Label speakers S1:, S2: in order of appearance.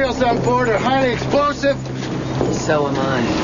S1: aboard are highly explosive.
S2: So am I.